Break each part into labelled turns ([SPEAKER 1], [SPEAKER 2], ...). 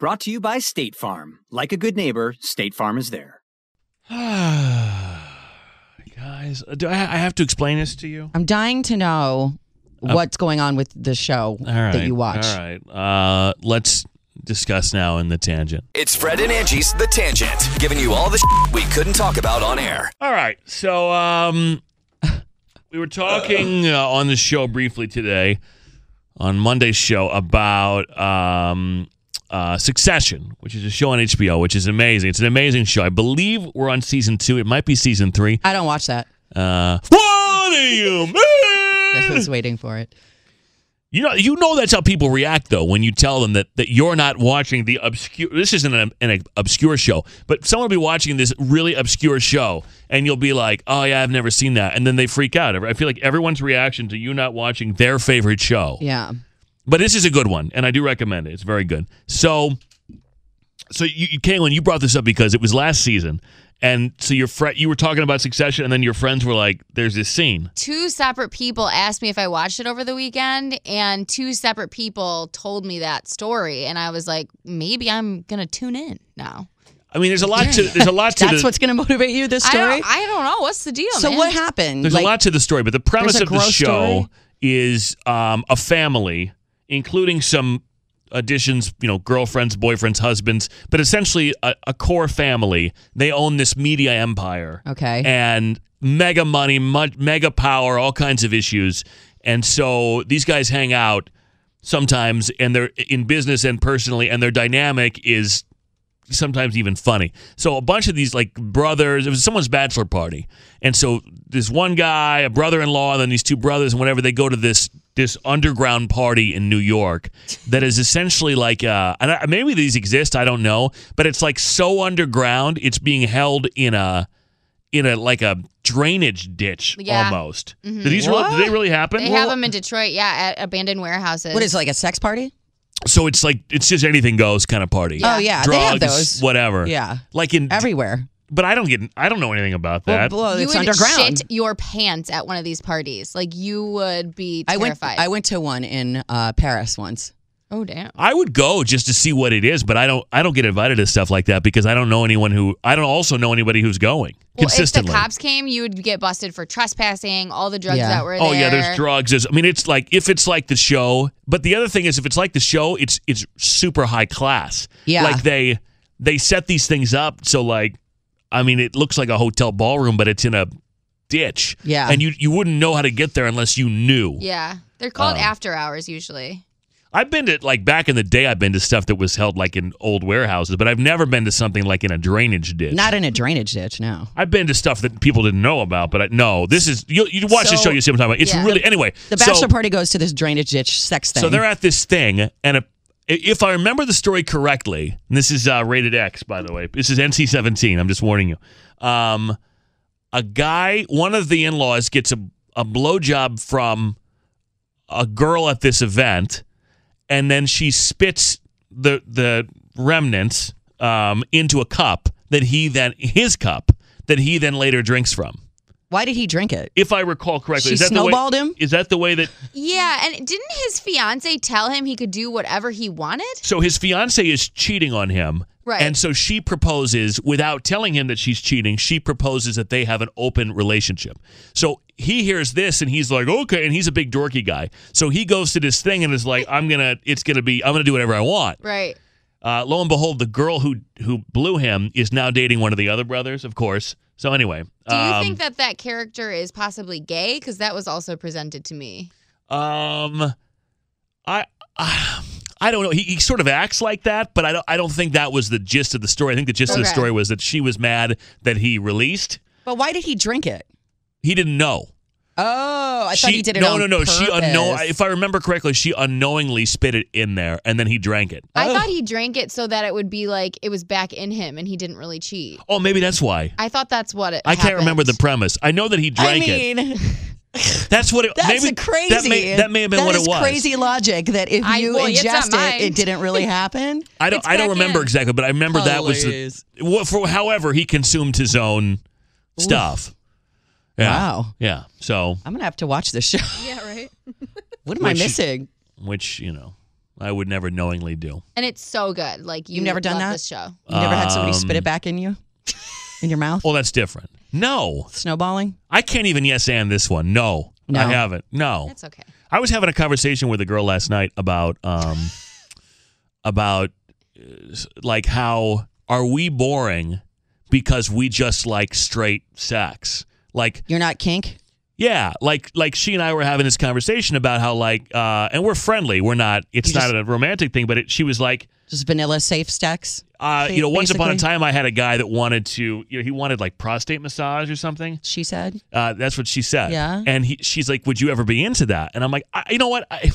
[SPEAKER 1] Brought to you by State Farm. Like a good neighbor, State Farm is there.
[SPEAKER 2] Guys, uh, do I, I have to explain this to you? Uh,
[SPEAKER 3] I'm dying to know what's going on with the show
[SPEAKER 2] All right.
[SPEAKER 3] that you watch.
[SPEAKER 2] All right. Uh, let's discuss now in the tangent.
[SPEAKER 4] It's Fred and Angie's The Tangent, giving you all the sh- we couldn't talk about on air.
[SPEAKER 2] All right. So, um, we were talking uh, on the show briefly today, on Monday's show, about um, uh, Succession, which is a show on HBO, which is amazing. It's an amazing show. I believe we're on season two. It might be season three.
[SPEAKER 3] I don't watch that.
[SPEAKER 2] Uh, what do you
[SPEAKER 3] I
[SPEAKER 2] mean?
[SPEAKER 3] was waiting for it.
[SPEAKER 2] You know, you know that's how people react though when you tell them that, that you're not watching the obscure. This isn't an, an obscure show, but someone will be watching this really obscure show, and you'll be like, "Oh yeah, I've never seen that," and then they freak out. I feel like everyone's reaction to you not watching their favorite show.
[SPEAKER 3] Yeah.
[SPEAKER 2] But this is a good one, and I do recommend it. It's very good. So, so you, you Kaylin, you brought this up because it was last season, and so your fr- you were talking about Succession, and then your friends were like, "There's this scene."
[SPEAKER 5] two separate people asked me if I watched it over the weekend, and two separate people told me that story, and I was like, maybe I'm gonna tune in now.
[SPEAKER 2] I mean, there's a lot to there's a lot to
[SPEAKER 3] That's
[SPEAKER 2] the-
[SPEAKER 3] what's going to motivate you, this
[SPEAKER 5] I
[SPEAKER 3] story?
[SPEAKER 5] don't, I don't know what's the deal.
[SPEAKER 3] so
[SPEAKER 5] man?
[SPEAKER 3] what happened?
[SPEAKER 2] There's
[SPEAKER 3] Like,
[SPEAKER 2] a lot to the story, but the premise
[SPEAKER 3] a
[SPEAKER 2] of the
[SPEAKER 3] gross
[SPEAKER 2] show
[SPEAKER 3] story?
[SPEAKER 2] is um, a family, including some additions, you know, girlfriends, boyfriends, husbands, but essentially a, a core family. They own this media empire.
[SPEAKER 3] Okay.
[SPEAKER 2] And mega money, mu- mega power, all kinds of issues. And so these guys hang out sometimes and they're in business and personally and their dynamic is sometimes even funny. So a bunch of these like brothers, it was someone's bachelor party, and so this one guy, a brother-in-law, and then these two brothers, and whatever, they go to this this underground party in New York that is essentially like, uh, and I, maybe these exist, I don't know, but it's like so underground, it's being held in a in a like a drainage ditch
[SPEAKER 5] Yeah.
[SPEAKER 2] almost.
[SPEAKER 3] Mm-hmm.
[SPEAKER 2] Do these really, do they really happen?
[SPEAKER 5] They have them in Detroit, yeah, at abandoned warehouses.
[SPEAKER 3] what is it, like a sex party?
[SPEAKER 2] so it's like it's just anything goes kind of party.
[SPEAKER 3] Oh, yeah.
[SPEAKER 2] Drugs,
[SPEAKER 3] they have those.
[SPEAKER 2] whatever.
[SPEAKER 3] Yeah.
[SPEAKER 2] like in
[SPEAKER 3] Everywhere.
[SPEAKER 2] But I don't get. I don't know anything about that.
[SPEAKER 3] Well, well,
[SPEAKER 5] You
[SPEAKER 3] Oh, it's
[SPEAKER 5] would
[SPEAKER 3] underground.
[SPEAKER 5] shit your pants at one of these parties. Like you would be
[SPEAKER 3] I went,
[SPEAKER 5] terrified.
[SPEAKER 3] I went to one in uh, Paris once.
[SPEAKER 5] oh damn.
[SPEAKER 2] I would go just to see what it is, but I don't. I don't get invited to stuff like that because I don't know anyone who. I don't also know anybody who's going
[SPEAKER 5] Well, if the
[SPEAKER 2] consistently.
[SPEAKER 5] cops came, you would get busted for trespassing. All the drugs
[SPEAKER 3] Yeah.
[SPEAKER 5] that were there.
[SPEAKER 2] oh yeah, there's drugs. There's, I mean, it's like if it's like the show, but the other thing is if it's like the show, it's it's super high class.
[SPEAKER 3] Yeah.
[SPEAKER 2] like they they set these things up so like, I mean, it looks like a hotel ballroom, but it's in a ditch.
[SPEAKER 3] Yeah.
[SPEAKER 2] and you you wouldn't know how to get there unless you knew.
[SPEAKER 5] Yeah, they're
[SPEAKER 2] um,
[SPEAKER 5] called after hours usually.
[SPEAKER 2] I've been to like back in the day. I've been to stuff that was held like in old warehouses, but I've never been to something like in a drainage ditch.
[SPEAKER 3] Not in a drainage ditch, no.
[SPEAKER 2] I've been to stuff that people didn't know about, but I, no, this is you. You watch the
[SPEAKER 3] So-
[SPEAKER 2] show, you see what I'm talking about. It's
[SPEAKER 5] yeah.
[SPEAKER 2] really anyway.
[SPEAKER 3] The bachelor
[SPEAKER 2] so,
[SPEAKER 3] party goes to this drainage ditch sex thing.
[SPEAKER 2] So they're at this thing, and a, if I remember the story correctly, and this is uh, rated X, by the way. This is NC-17. I'm just warning you. Um, a guy, one of the in-laws, gets a a blowjob from a girl at this event, and then she spits the the remnants um, into a cup that he then his cup that he then later drinks from.
[SPEAKER 3] Why did he drink it?
[SPEAKER 2] If I recall correctly,
[SPEAKER 3] She
[SPEAKER 2] is that the way-
[SPEAKER 3] snowballed him?
[SPEAKER 2] Is that the way that?
[SPEAKER 5] Yeah, and didn't his fiance tell him he could do whatever he wanted?
[SPEAKER 2] So his fiance is cheating on him,
[SPEAKER 5] Right.
[SPEAKER 2] And so she proposes without telling him that she's cheating. She proposes that they have an open relationship. So he hears this and he's like, okay, and he's a big dorky guy. So he goes to this thing and is like, I'm gonna, it's gonna be, I'm gonna do whatever I want.
[SPEAKER 5] Right.
[SPEAKER 2] Uh, lo and behold, the girl who who blew him is now dating one of the other brothers, of course. So anyway,
[SPEAKER 5] Do you
[SPEAKER 2] Um,
[SPEAKER 5] think that that character is possibly gay? Because that was also presented to me.
[SPEAKER 2] Um, I, I, I don't know. He, he sort of acts like that, but I don't. I don't think that was the gist of the story. I think the gist of the
[SPEAKER 5] Okay.
[SPEAKER 2] story was that she was mad that he released.
[SPEAKER 3] But why did he drink it?
[SPEAKER 2] He didn't know.
[SPEAKER 3] Oh, I thought
[SPEAKER 2] She-
[SPEAKER 3] he did it.
[SPEAKER 2] No,
[SPEAKER 3] on
[SPEAKER 2] no, no. She unknow.
[SPEAKER 3] purpose.
[SPEAKER 2] If I remember correctly, she unknowingly spit it in there, and then he drank it.
[SPEAKER 5] I thought he drank it so that it would be like it was back in him and he didn't really cheat.
[SPEAKER 2] Oh, maybe that's why.
[SPEAKER 5] I thought that's what it.
[SPEAKER 2] I can't remember the
[SPEAKER 5] happened.
[SPEAKER 2] premise. I know that he
[SPEAKER 3] I
[SPEAKER 2] drank it.
[SPEAKER 3] mean,
[SPEAKER 2] That's what it.
[SPEAKER 3] that's
[SPEAKER 2] maybe,
[SPEAKER 3] crazy.
[SPEAKER 2] That may, that may have been
[SPEAKER 3] That
[SPEAKER 2] what
[SPEAKER 3] is
[SPEAKER 2] it was.
[SPEAKER 3] Crazy logic that if
[SPEAKER 5] I-
[SPEAKER 3] you
[SPEAKER 5] well, it's not
[SPEAKER 3] ingest
[SPEAKER 5] mine.
[SPEAKER 3] it, it didn't really happen.
[SPEAKER 2] I don't.
[SPEAKER 5] It's
[SPEAKER 2] I don't
[SPEAKER 5] back
[SPEAKER 2] remember
[SPEAKER 5] in.
[SPEAKER 2] exactly, but I remember
[SPEAKER 3] Hilarious.
[SPEAKER 2] that was the. wha- For however he consumed his own stuff. Yeah.
[SPEAKER 3] Wow.
[SPEAKER 2] Yeah. So,
[SPEAKER 3] I'm gonna have to watch this show.
[SPEAKER 5] Yeah, right.
[SPEAKER 3] What am
[SPEAKER 2] Which-
[SPEAKER 3] I missing?
[SPEAKER 2] which you know, I would never knowingly do.
[SPEAKER 5] And it's so good. Like you
[SPEAKER 3] You've never done
[SPEAKER 5] love
[SPEAKER 3] that?
[SPEAKER 5] This show.
[SPEAKER 3] You never had somebody spit
[SPEAKER 2] Um,
[SPEAKER 3] it back in you, in your mouth,
[SPEAKER 2] Well, that's different. No,
[SPEAKER 3] snowballing.
[SPEAKER 2] I can't even yes and this one. No,
[SPEAKER 3] No.
[SPEAKER 2] I haven't. No,
[SPEAKER 5] That's okay.
[SPEAKER 2] I was having a conversation with a girl last night about um, about uh, s- like how are we boring because we just like straight sex? Like
[SPEAKER 3] You're not kink.
[SPEAKER 2] Yeah, like like she and I were having this conversation about how like uh and we're friendly. We're not it's
[SPEAKER 3] You
[SPEAKER 2] not
[SPEAKER 3] just-
[SPEAKER 2] a romantic thing, but it, she was like
[SPEAKER 3] Just vanilla safe sex.
[SPEAKER 2] uh
[SPEAKER 3] Ba-
[SPEAKER 2] you know, once upon a
[SPEAKER 3] basically.
[SPEAKER 2] time I had a guy that wanted to you know, he wanted like prostate massage or something.
[SPEAKER 3] She said.
[SPEAKER 2] Uh that's what she said.
[SPEAKER 3] Yeah.
[SPEAKER 2] And he she's like, "Would you ever be into that?" And I'm like, I, "You know what? I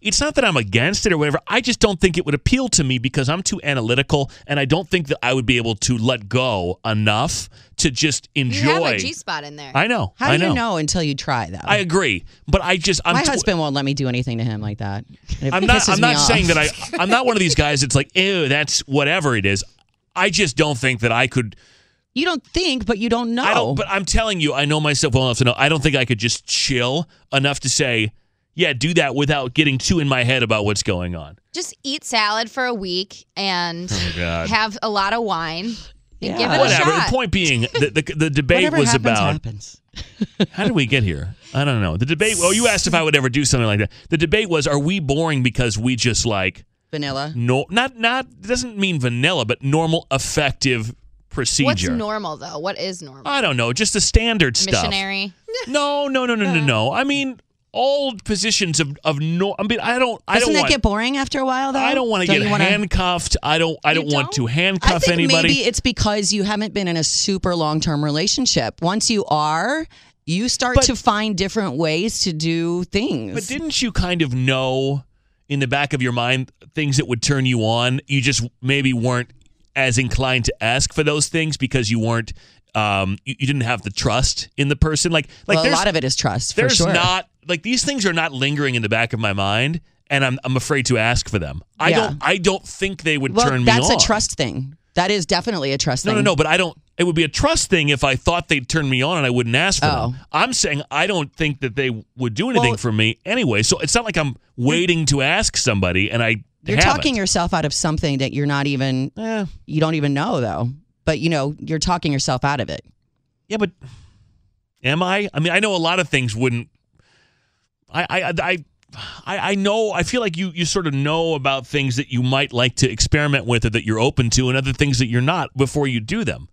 [SPEAKER 2] it's not that I'm against it or whatever. I just don't think it would appeal to me because I'm too analytical and I don't think that I would be able to let go enough to just
[SPEAKER 5] You have
[SPEAKER 2] enjoy.
[SPEAKER 5] a G spot in there.
[SPEAKER 2] I know.
[SPEAKER 3] How do
[SPEAKER 2] I
[SPEAKER 3] you know until you try though?
[SPEAKER 2] I agree, but I just I'm
[SPEAKER 3] My
[SPEAKER 2] tw-
[SPEAKER 3] husband won't let me do anything to him like that. And it
[SPEAKER 2] I'm not.
[SPEAKER 3] pisses
[SPEAKER 2] I'm
[SPEAKER 3] me
[SPEAKER 2] not
[SPEAKER 3] off.
[SPEAKER 2] saying that I. I'm not one of these guys. that's like, ew, that's whatever it is. I just don't think that I could.
[SPEAKER 3] You don't think, but you don't know.
[SPEAKER 2] I don't. But I'm telling you, I know myself well enough to know. I don't think I could just chill enough to say, yeah, do that without getting too in my head about what's going on.
[SPEAKER 5] Just eat salad for a week and
[SPEAKER 2] Oh, God.
[SPEAKER 5] have a lot of wine.
[SPEAKER 3] Yeah.
[SPEAKER 5] And give it
[SPEAKER 2] whatever.
[SPEAKER 5] a
[SPEAKER 2] The
[SPEAKER 5] shot.
[SPEAKER 2] point being, the the, the debate
[SPEAKER 3] Whatever
[SPEAKER 2] was
[SPEAKER 3] happens,
[SPEAKER 2] about
[SPEAKER 3] happens.
[SPEAKER 2] how did we get here? I don't know. The debate. Well, you asked if I would ever do something like that. The debate was, are we boring because we just like
[SPEAKER 3] vanilla.
[SPEAKER 2] no, not not it doesn't mean vanilla, but normal effective procedure.
[SPEAKER 5] What's normal though? What is normal?
[SPEAKER 2] I don't know, just the standard Uh, stuff.
[SPEAKER 5] Missionary.
[SPEAKER 2] No, no, no, no, no, no. I mean, all positions of of no. I mean, I don't. I
[SPEAKER 3] Doesn't
[SPEAKER 2] don't
[SPEAKER 3] that
[SPEAKER 2] want.
[SPEAKER 3] get boring after a while though?
[SPEAKER 2] I don't want to
[SPEAKER 3] Don't
[SPEAKER 2] get
[SPEAKER 3] you wanna-
[SPEAKER 2] handcuffed. I don't. I don't, want to
[SPEAKER 5] don't?
[SPEAKER 2] handcuff
[SPEAKER 3] I think
[SPEAKER 2] anybody.
[SPEAKER 3] maybe it's because you haven't been in a super long term relationship. Once you are, you start
[SPEAKER 2] But-
[SPEAKER 3] to find different ways to do things.
[SPEAKER 2] but didn't you kind of know in the back of your mind things that would turn you on? You just maybe weren't as inclined to ask for those things because you weren't. Um, you, you didn't have the trust in the person. Like, like
[SPEAKER 3] well, a
[SPEAKER 2] there's
[SPEAKER 3] lot of it is trust for
[SPEAKER 2] there's
[SPEAKER 3] sure.
[SPEAKER 2] not like these things are not lingering in the back of my mind and I'm I'm afraid to ask for them. I
[SPEAKER 3] Yeah.
[SPEAKER 2] don't I don't think they would
[SPEAKER 3] well,
[SPEAKER 2] turn me
[SPEAKER 3] that's
[SPEAKER 2] on.
[SPEAKER 3] a trust thing. That is definitely a trust
[SPEAKER 2] No,
[SPEAKER 3] thing.
[SPEAKER 2] no, no, but I don't it would be a trust thing if I thought they'd turn me on and I wouldn't ask for them. I'm saying I don't think that they would do anything
[SPEAKER 3] Oh. Well-
[SPEAKER 2] for me anyway. So it's not like I'm waiting to ask somebody and I
[SPEAKER 3] You're
[SPEAKER 2] haven't.
[SPEAKER 3] talking yourself out of something that you're not even
[SPEAKER 2] Eh,
[SPEAKER 3] you don't even know though. But you know, you're talking yourself out of it.
[SPEAKER 2] yeah, but am I? I mean, I know a lot of things wouldn't I I I- I I, I know I feel like you you sort of know about things that you might like to experiment with or that you're open to and other things that you're not before you do them.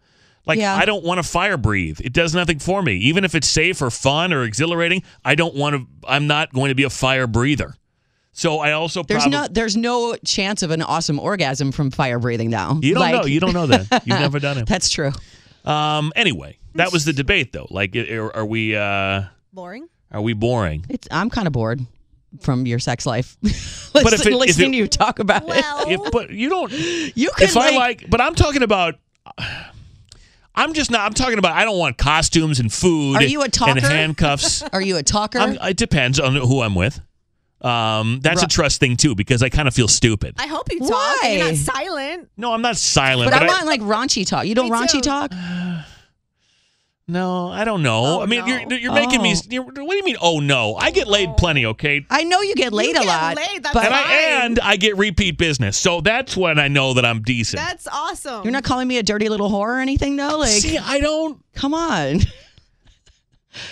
[SPEAKER 2] Like
[SPEAKER 3] Yeah.
[SPEAKER 2] I don't want to fire breathe. It does nothing for me. Even if it's safe or fun or exhilarating, I don't want to I'm not going to be a fire breather. So I also
[SPEAKER 3] There's
[SPEAKER 2] probably
[SPEAKER 3] no there's no chance of an awesome orgasm from fire breathing though.
[SPEAKER 2] You don't
[SPEAKER 3] Like,
[SPEAKER 2] know. You don't know that. You've never done it.
[SPEAKER 3] That's true.
[SPEAKER 2] Um anyway, that was the debate though. Like i- are, are we uh
[SPEAKER 6] Boring.
[SPEAKER 2] are we boring?
[SPEAKER 3] It's I'm kind of bored from your sex life.
[SPEAKER 2] But
[SPEAKER 3] but
[SPEAKER 2] if
[SPEAKER 3] if
[SPEAKER 2] it- if
[SPEAKER 3] listening
[SPEAKER 2] it-
[SPEAKER 3] to you talk about
[SPEAKER 2] If, but you don't
[SPEAKER 3] it, you could
[SPEAKER 2] if I like, but I'm talking about. I'm just not. I'm talking about. I don't want costumes and food.
[SPEAKER 3] Are you a
[SPEAKER 2] And
[SPEAKER 3] talker?
[SPEAKER 2] handcuffs.
[SPEAKER 3] Are you a talker?
[SPEAKER 2] I'm, it depends on who I'm with. Um, that's a trust thing too, because I kind of feel stupid.
[SPEAKER 7] I hope you talk.
[SPEAKER 3] Why?
[SPEAKER 7] And you're not silent.
[SPEAKER 2] no, I'm not silent,
[SPEAKER 3] But
[SPEAKER 2] but,
[SPEAKER 3] I
[SPEAKER 2] I,
[SPEAKER 3] want like raunchy talk. You don't
[SPEAKER 7] Me
[SPEAKER 3] raunchy
[SPEAKER 7] too.
[SPEAKER 3] talk?
[SPEAKER 2] no, I don't know.
[SPEAKER 7] Oh,
[SPEAKER 2] I mean,
[SPEAKER 7] no.
[SPEAKER 2] you're you're making me.
[SPEAKER 3] Oh.
[SPEAKER 2] You're, what do you mean? Oh no, I get laid plenty. Okay,
[SPEAKER 3] I know you get laid
[SPEAKER 7] get
[SPEAKER 3] a lot.
[SPEAKER 7] laid, that's
[SPEAKER 3] but
[SPEAKER 2] and I
[SPEAKER 7] fine.
[SPEAKER 2] and I get repeat business, so that's when I know that I'm decent.
[SPEAKER 7] That's awesome.
[SPEAKER 3] you're not calling me a dirty little whore or anything though? Like
[SPEAKER 2] See, I don't.
[SPEAKER 3] come on.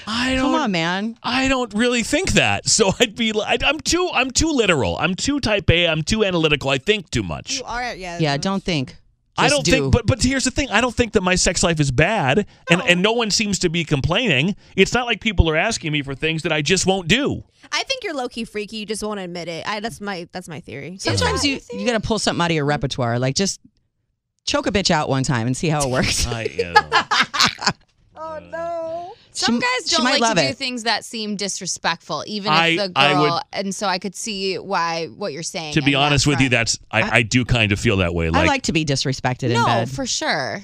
[SPEAKER 2] I don't.
[SPEAKER 3] Come on, man.
[SPEAKER 2] I don't really think that. So I'd be like, I'm too, I'm too literal. I'm too type A. I'm too analytical. I think too much.
[SPEAKER 7] You are. Yeah.
[SPEAKER 3] Yeah, don't think.
[SPEAKER 2] I
[SPEAKER 3] Just
[SPEAKER 2] don't
[SPEAKER 3] do.
[SPEAKER 2] think, but but here's the thing. I don't think that my sex life is bad, and and no one seems to be complaining. It's not like people are asking me for things that I just won't do.
[SPEAKER 7] I think you're low key freaky. You just won't admit it. I, that's my that's my theory.
[SPEAKER 3] Sometimes you you gotta pull something out of your repertoire. Like just choke a bitch out one time and see how it works.
[SPEAKER 2] I,
[SPEAKER 7] Oh no.
[SPEAKER 5] Some
[SPEAKER 3] She-
[SPEAKER 5] guys
[SPEAKER 3] she
[SPEAKER 5] don't
[SPEAKER 3] might
[SPEAKER 5] like
[SPEAKER 3] love
[SPEAKER 5] to do
[SPEAKER 3] it.
[SPEAKER 5] things that seem disrespectful, even if
[SPEAKER 2] I-
[SPEAKER 5] the girl.
[SPEAKER 2] I would-
[SPEAKER 5] and so I could see why what you're saying.
[SPEAKER 2] to be
[SPEAKER 5] on that
[SPEAKER 2] honest with you,
[SPEAKER 5] front.
[SPEAKER 2] that's I, I, do kind of feel that way.
[SPEAKER 3] I
[SPEAKER 2] Like,
[SPEAKER 3] like to be disrespected in
[SPEAKER 5] no,
[SPEAKER 3] bed.
[SPEAKER 5] for sure.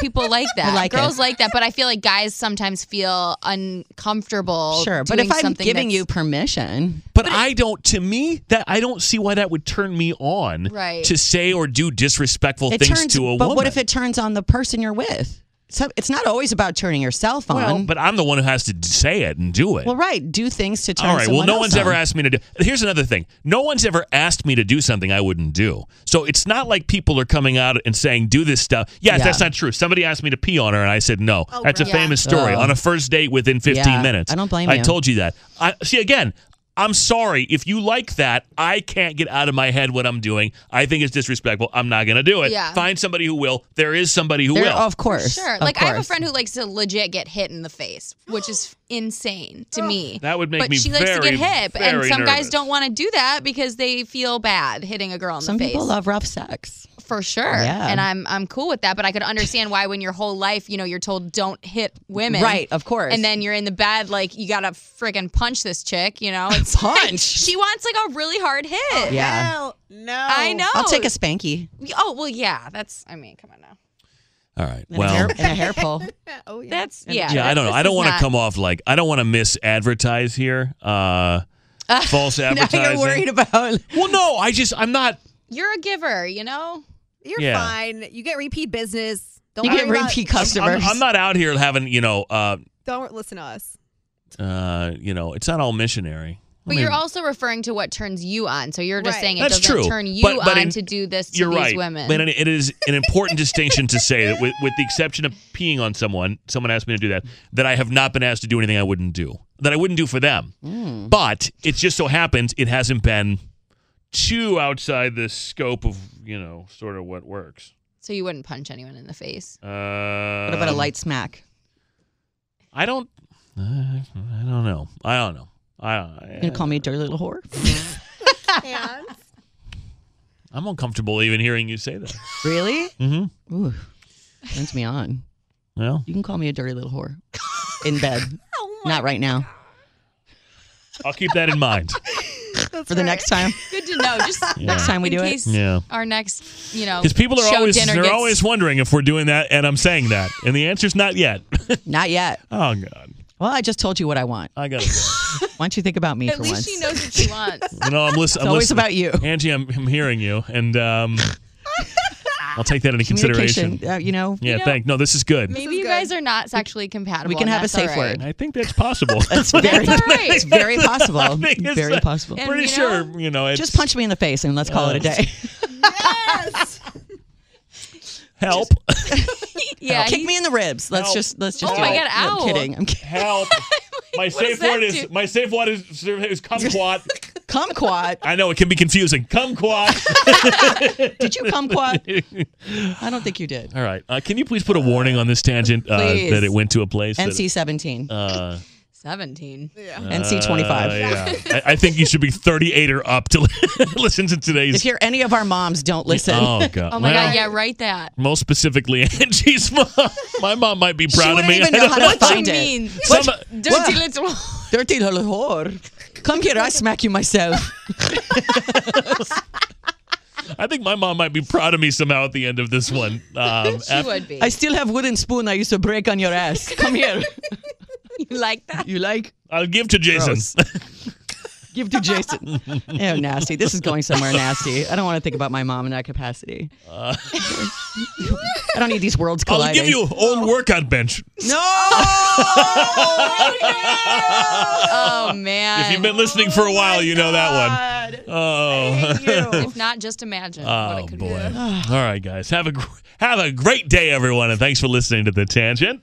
[SPEAKER 5] People like that.
[SPEAKER 3] like
[SPEAKER 5] Girls
[SPEAKER 3] it.
[SPEAKER 5] like that, but I feel like guys sometimes feel uncomfortable.
[SPEAKER 3] sure. But if
[SPEAKER 5] doing
[SPEAKER 3] I'm
[SPEAKER 5] something
[SPEAKER 3] giving
[SPEAKER 5] that's-
[SPEAKER 3] you permission,
[SPEAKER 2] but, I don't. To me, that I don't see why that would turn me on.
[SPEAKER 5] Right.
[SPEAKER 2] To say or do disrespectful
[SPEAKER 3] it
[SPEAKER 2] things
[SPEAKER 3] turns
[SPEAKER 2] to a
[SPEAKER 3] but
[SPEAKER 2] woman.
[SPEAKER 3] what if it turns on the person you're with? So it's not always about turning yourself on.
[SPEAKER 2] Well, but I'm the one who has to say it and do it.
[SPEAKER 3] Well, right. Do things to turn.
[SPEAKER 2] All right. Well,
[SPEAKER 3] someone
[SPEAKER 2] no
[SPEAKER 3] else
[SPEAKER 2] one's ever
[SPEAKER 3] on.
[SPEAKER 2] asked me to do. Here's another thing. No one's ever asked me to do something I wouldn't do. So it's not like people are coming out and saying, "Do this stuff." Yes,
[SPEAKER 3] Yeah.
[SPEAKER 2] that's not true. Somebody asked me to pee on her, and I said no. that's a
[SPEAKER 7] really?
[SPEAKER 2] famous story
[SPEAKER 3] Oh.
[SPEAKER 2] on a first date within 15
[SPEAKER 3] Yeah,
[SPEAKER 2] minutes.
[SPEAKER 3] I don't blame
[SPEAKER 2] I
[SPEAKER 3] you.
[SPEAKER 2] told you that. I see again. I'm sorry if you like that. I can't get out of my head what I'm doing. I think it's disrespectful. I'm not going to do it.
[SPEAKER 5] Yeah.
[SPEAKER 2] Find somebody who will. There is somebody who
[SPEAKER 3] There-
[SPEAKER 2] will.
[SPEAKER 3] Of course.
[SPEAKER 5] Sure.
[SPEAKER 3] of
[SPEAKER 5] like I have a
[SPEAKER 3] course.
[SPEAKER 5] friend who likes to legit get hit in the face, which is insane to me.
[SPEAKER 2] That would make
[SPEAKER 5] but
[SPEAKER 2] me
[SPEAKER 5] she likes to get
[SPEAKER 2] very,
[SPEAKER 5] hit, and
[SPEAKER 2] very
[SPEAKER 5] some
[SPEAKER 2] nervous.
[SPEAKER 5] guys don't want to do that because they feel bad hitting a girl in
[SPEAKER 3] Some
[SPEAKER 5] the face.
[SPEAKER 3] people love rough sex.
[SPEAKER 5] for sure.
[SPEAKER 3] Yeah.
[SPEAKER 5] And I'm I'm cool with that, but I could understand why when your whole life, you know, you're told don't hit women.
[SPEAKER 3] Right, of course.
[SPEAKER 5] And then you're in the bed like you got to freaking punch this chick, you know? It's
[SPEAKER 3] Punch? Oh,
[SPEAKER 5] she wants like a really hard hit.
[SPEAKER 3] Yeah.
[SPEAKER 7] Hell no.
[SPEAKER 5] I know.
[SPEAKER 3] I'll take a spanky
[SPEAKER 5] Oh, well yeah, that's I mean, come on now.
[SPEAKER 2] All right.
[SPEAKER 3] and,
[SPEAKER 2] well,
[SPEAKER 3] a, hair, and a hair pull.
[SPEAKER 7] Oh yeah.
[SPEAKER 5] That's yeah.
[SPEAKER 2] Yeah, I don't know.
[SPEAKER 5] this
[SPEAKER 2] I don't
[SPEAKER 5] is
[SPEAKER 2] want to
[SPEAKER 5] not-
[SPEAKER 2] come off like I don't want to misadvertise here. Uh, false
[SPEAKER 3] now
[SPEAKER 2] advertising.
[SPEAKER 3] you're worried about.
[SPEAKER 2] well, no, I just I'm not.
[SPEAKER 5] You're a giver, you know?
[SPEAKER 7] You're
[SPEAKER 2] Yeah.
[SPEAKER 7] fine. You get repeat business. Don't
[SPEAKER 3] You get
[SPEAKER 7] worry about-
[SPEAKER 3] repeat
[SPEAKER 2] I'm,
[SPEAKER 3] customers.
[SPEAKER 2] I'm not out here having you know, uh,
[SPEAKER 7] Don't listen to us.
[SPEAKER 2] uh, you know. It's not all missionary. I
[SPEAKER 5] But
[SPEAKER 2] mean,
[SPEAKER 5] you're also referring to what turns you on. So you're just
[SPEAKER 7] Right.
[SPEAKER 5] saying it
[SPEAKER 2] That's
[SPEAKER 5] doesn't
[SPEAKER 2] true.
[SPEAKER 5] turn you
[SPEAKER 2] But- but
[SPEAKER 5] on
[SPEAKER 2] in-
[SPEAKER 5] to do this to
[SPEAKER 2] you're
[SPEAKER 5] these
[SPEAKER 2] right.
[SPEAKER 5] women.
[SPEAKER 2] But it- it is an important distinction to say that, with, with the exception of peeing on someone, someone asked me to do that. That I have not been asked to do anything I wouldn't do. That I wouldn't do for them.
[SPEAKER 3] Mm.
[SPEAKER 2] But it just so happens it hasn't been too outside the scope of you know sort of what works.
[SPEAKER 5] so you wouldn't punch anyone in the face.
[SPEAKER 2] Uh,
[SPEAKER 3] what about a light smack?
[SPEAKER 2] I don't. I I don't know. I don't know. I don't.
[SPEAKER 3] You gonna call me a dirty little whore?
[SPEAKER 7] And
[SPEAKER 2] I'm uncomfortable even hearing you say that.
[SPEAKER 3] really?
[SPEAKER 2] Mm-hmm.
[SPEAKER 3] Ooh, turns me on.
[SPEAKER 2] Well,
[SPEAKER 3] You can call me a dirty little whore in bed.
[SPEAKER 5] Oh
[SPEAKER 3] not right now.
[SPEAKER 2] I'll keep that in mind.
[SPEAKER 3] For the next time.
[SPEAKER 5] Good to know. Just
[SPEAKER 3] Next time we
[SPEAKER 5] in
[SPEAKER 3] do it.
[SPEAKER 5] case
[SPEAKER 2] Yeah.
[SPEAKER 5] our next, you know,
[SPEAKER 2] Because people are
[SPEAKER 5] show
[SPEAKER 2] always
[SPEAKER 5] dinner
[SPEAKER 2] they're
[SPEAKER 5] gets-
[SPEAKER 2] always wondering if we're doing that, and I'm saying that, and the answer's not yet.
[SPEAKER 3] Not yet.
[SPEAKER 2] oh God,
[SPEAKER 3] Well, I just told you what I want.
[SPEAKER 2] I gotta go.
[SPEAKER 3] Why don't you think about me
[SPEAKER 5] At
[SPEAKER 3] for
[SPEAKER 5] least
[SPEAKER 3] once?
[SPEAKER 5] she knows what she wants.
[SPEAKER 2] You know, I'm, listen- I'm listening.
[SPEAKER 3] always about you.
[SPEAKER 2] Angie. I'm, I'm hearing you, and um, I'll take that into consideration.
[SPEAKER 3] Communication. Uh, you know,
[SPEAKER 2] Yeah, thank. No, this is good.
[SPEAKER 5] Maybe you
[SPEAKER 7] good.
[SPEAKER 5] guys are not sexually compatible.
[SPEAKER 3] we can
[SPEAKER 5] and
[SPEAKER 3] have a
[SPEAKER 5] that's all
[SPEAKER 3] safe
[SPEAKER 5] right.
[SPEAKER 3] word.
[SPEAKER 2] I think that's possible. uh,
[SPEAKER 3] It's very,
[SPEAKER 5] That's all right.
[SPEAKER 3] it's very possible.
[SPEAKER 2] I think it's
[SPEAKER 3] very
[SPEAKER 2] a-
[SPEAKER 3] possible.
[SPEAKER 5] And,
[SPEAKER 2] Pretty
[SPEAKER 5] you
[SPEAKER 2] sure,
[SPEAKER 5] know,
[SPEAKER 2] you know. It's,
[SPEAKER 3] Just punch me in the face and let's call it a day.
[SPEAKER 2] help.
[SPEAKER 5] Yeah.
[SPEAKER 3] Kick
[SPEAKER 5] he-
[SPEAKER 3] me in the ribs. Let's
[SPEAKER 2] Ow.
[SPEAKER 3] just let's just
[SPEAKER 5] Oh
[SPEAKER 3] do
[SPEAKER 5] my
[SPEAKER 3] it.
[SPEAKER 5] God,
[SPEAKER 3] No,
[SPEAKER 5] ow.
[SPEAKER 3] I'm kidding. I'm kidding.
[SPEAKER 2] Help! My safe
[SPEAKER 5] that
[SPEAKER 2] word is
[SPEAKER 5] do?
[SPEAKER 2] my safe word is is kumquat.
[SPEAKER 3] Kumquat.
[SPEAKER 2] I know it can be confusing. Kumquat.
[SPEAKER 3] Did you kumquat? I don't think you did.
[SPEAKER 2] All right. Uh, can you please put a warning on this tangent uh,
[SPEAKER 3] Please.
[SPEAKER 2] that it went to a place? that-
[SPEAKER 3] NC seventeen.
[SPEAKER 2] uh,
[SPEAKER 5] 17.
[SPEAKER 3] NC twenty
[SPEAKER 2] uh,
[SPEAKER 3] five.
[SPEAKER 2] yeah. I, I think you should be 38 or up to li- listen to today's.
[SPEAKER 3] If you're any of our moms, don't listen.
[SPEAKER 2] oh God.
[SPEAKER 5] Oh my
[SPEAKER 2] Well,
[SPEAKER 5] God. Yeah, write that.
[SPEAKER 2] Most specifically, Angie's mom. My mom might be
[SPEAKER 3] she
[SPEAKER 2] proud of
[SPEAKER 3] wouldn't
[SPEAKER 2] me.
[SPEAKER 3] even
[SPEAKER 2] I
[SPEAKER 3] know
[SPEAKER 2] don't
[SPEAKER 3] how
[SPEAKER 2] know.
[SPEAKER 3] to find
[SPEAKER 5] you
[SPEAKER 3] it.
[SPEAKER 5] mean?
[SPEAKER 2] Some-
[SPEAKER 5] Dirty little.
[SPEAKER 3] Dirty little whore. Come here, I smack you myself.
[SPEAKER 2] I think my mom might be proud of me somehow at the end of this one. Um,
[SPEAKER 5] She would be.
[SPEAKER 3] I still have wooden spoon I used to break on your ass. Come here.
[SPEAKER 5] You like that?
[SPEAKER 3] You like?
[SPEAKER 2] I'll give to Jason.
[SPEAKER 3] Give to Jason. oh, nasty. This is going somewhere nasty. I don't want to think about my mom in that capacity. I don't need these worlds colliding.
[SPEAKER 2] Uh. I'll give you old workout bench.
[SPEAKER 5] Oh man.
[SPEAKER 2] If you've been listening
[SPEAKER 3] Oh,
[SPEAKER 2] for a while, you know that one. Oh.
[SPEAKER 5] If not, just imagine what
[SPEAKER 2] Oh
[SPEAKER 5] it could
[SPEAKER 2] boy!
[SPEAKER 5] be.
[SPEAKER 2] All right, guys, have a gr- have a great day, everyone, and thanks for listening to the tangent.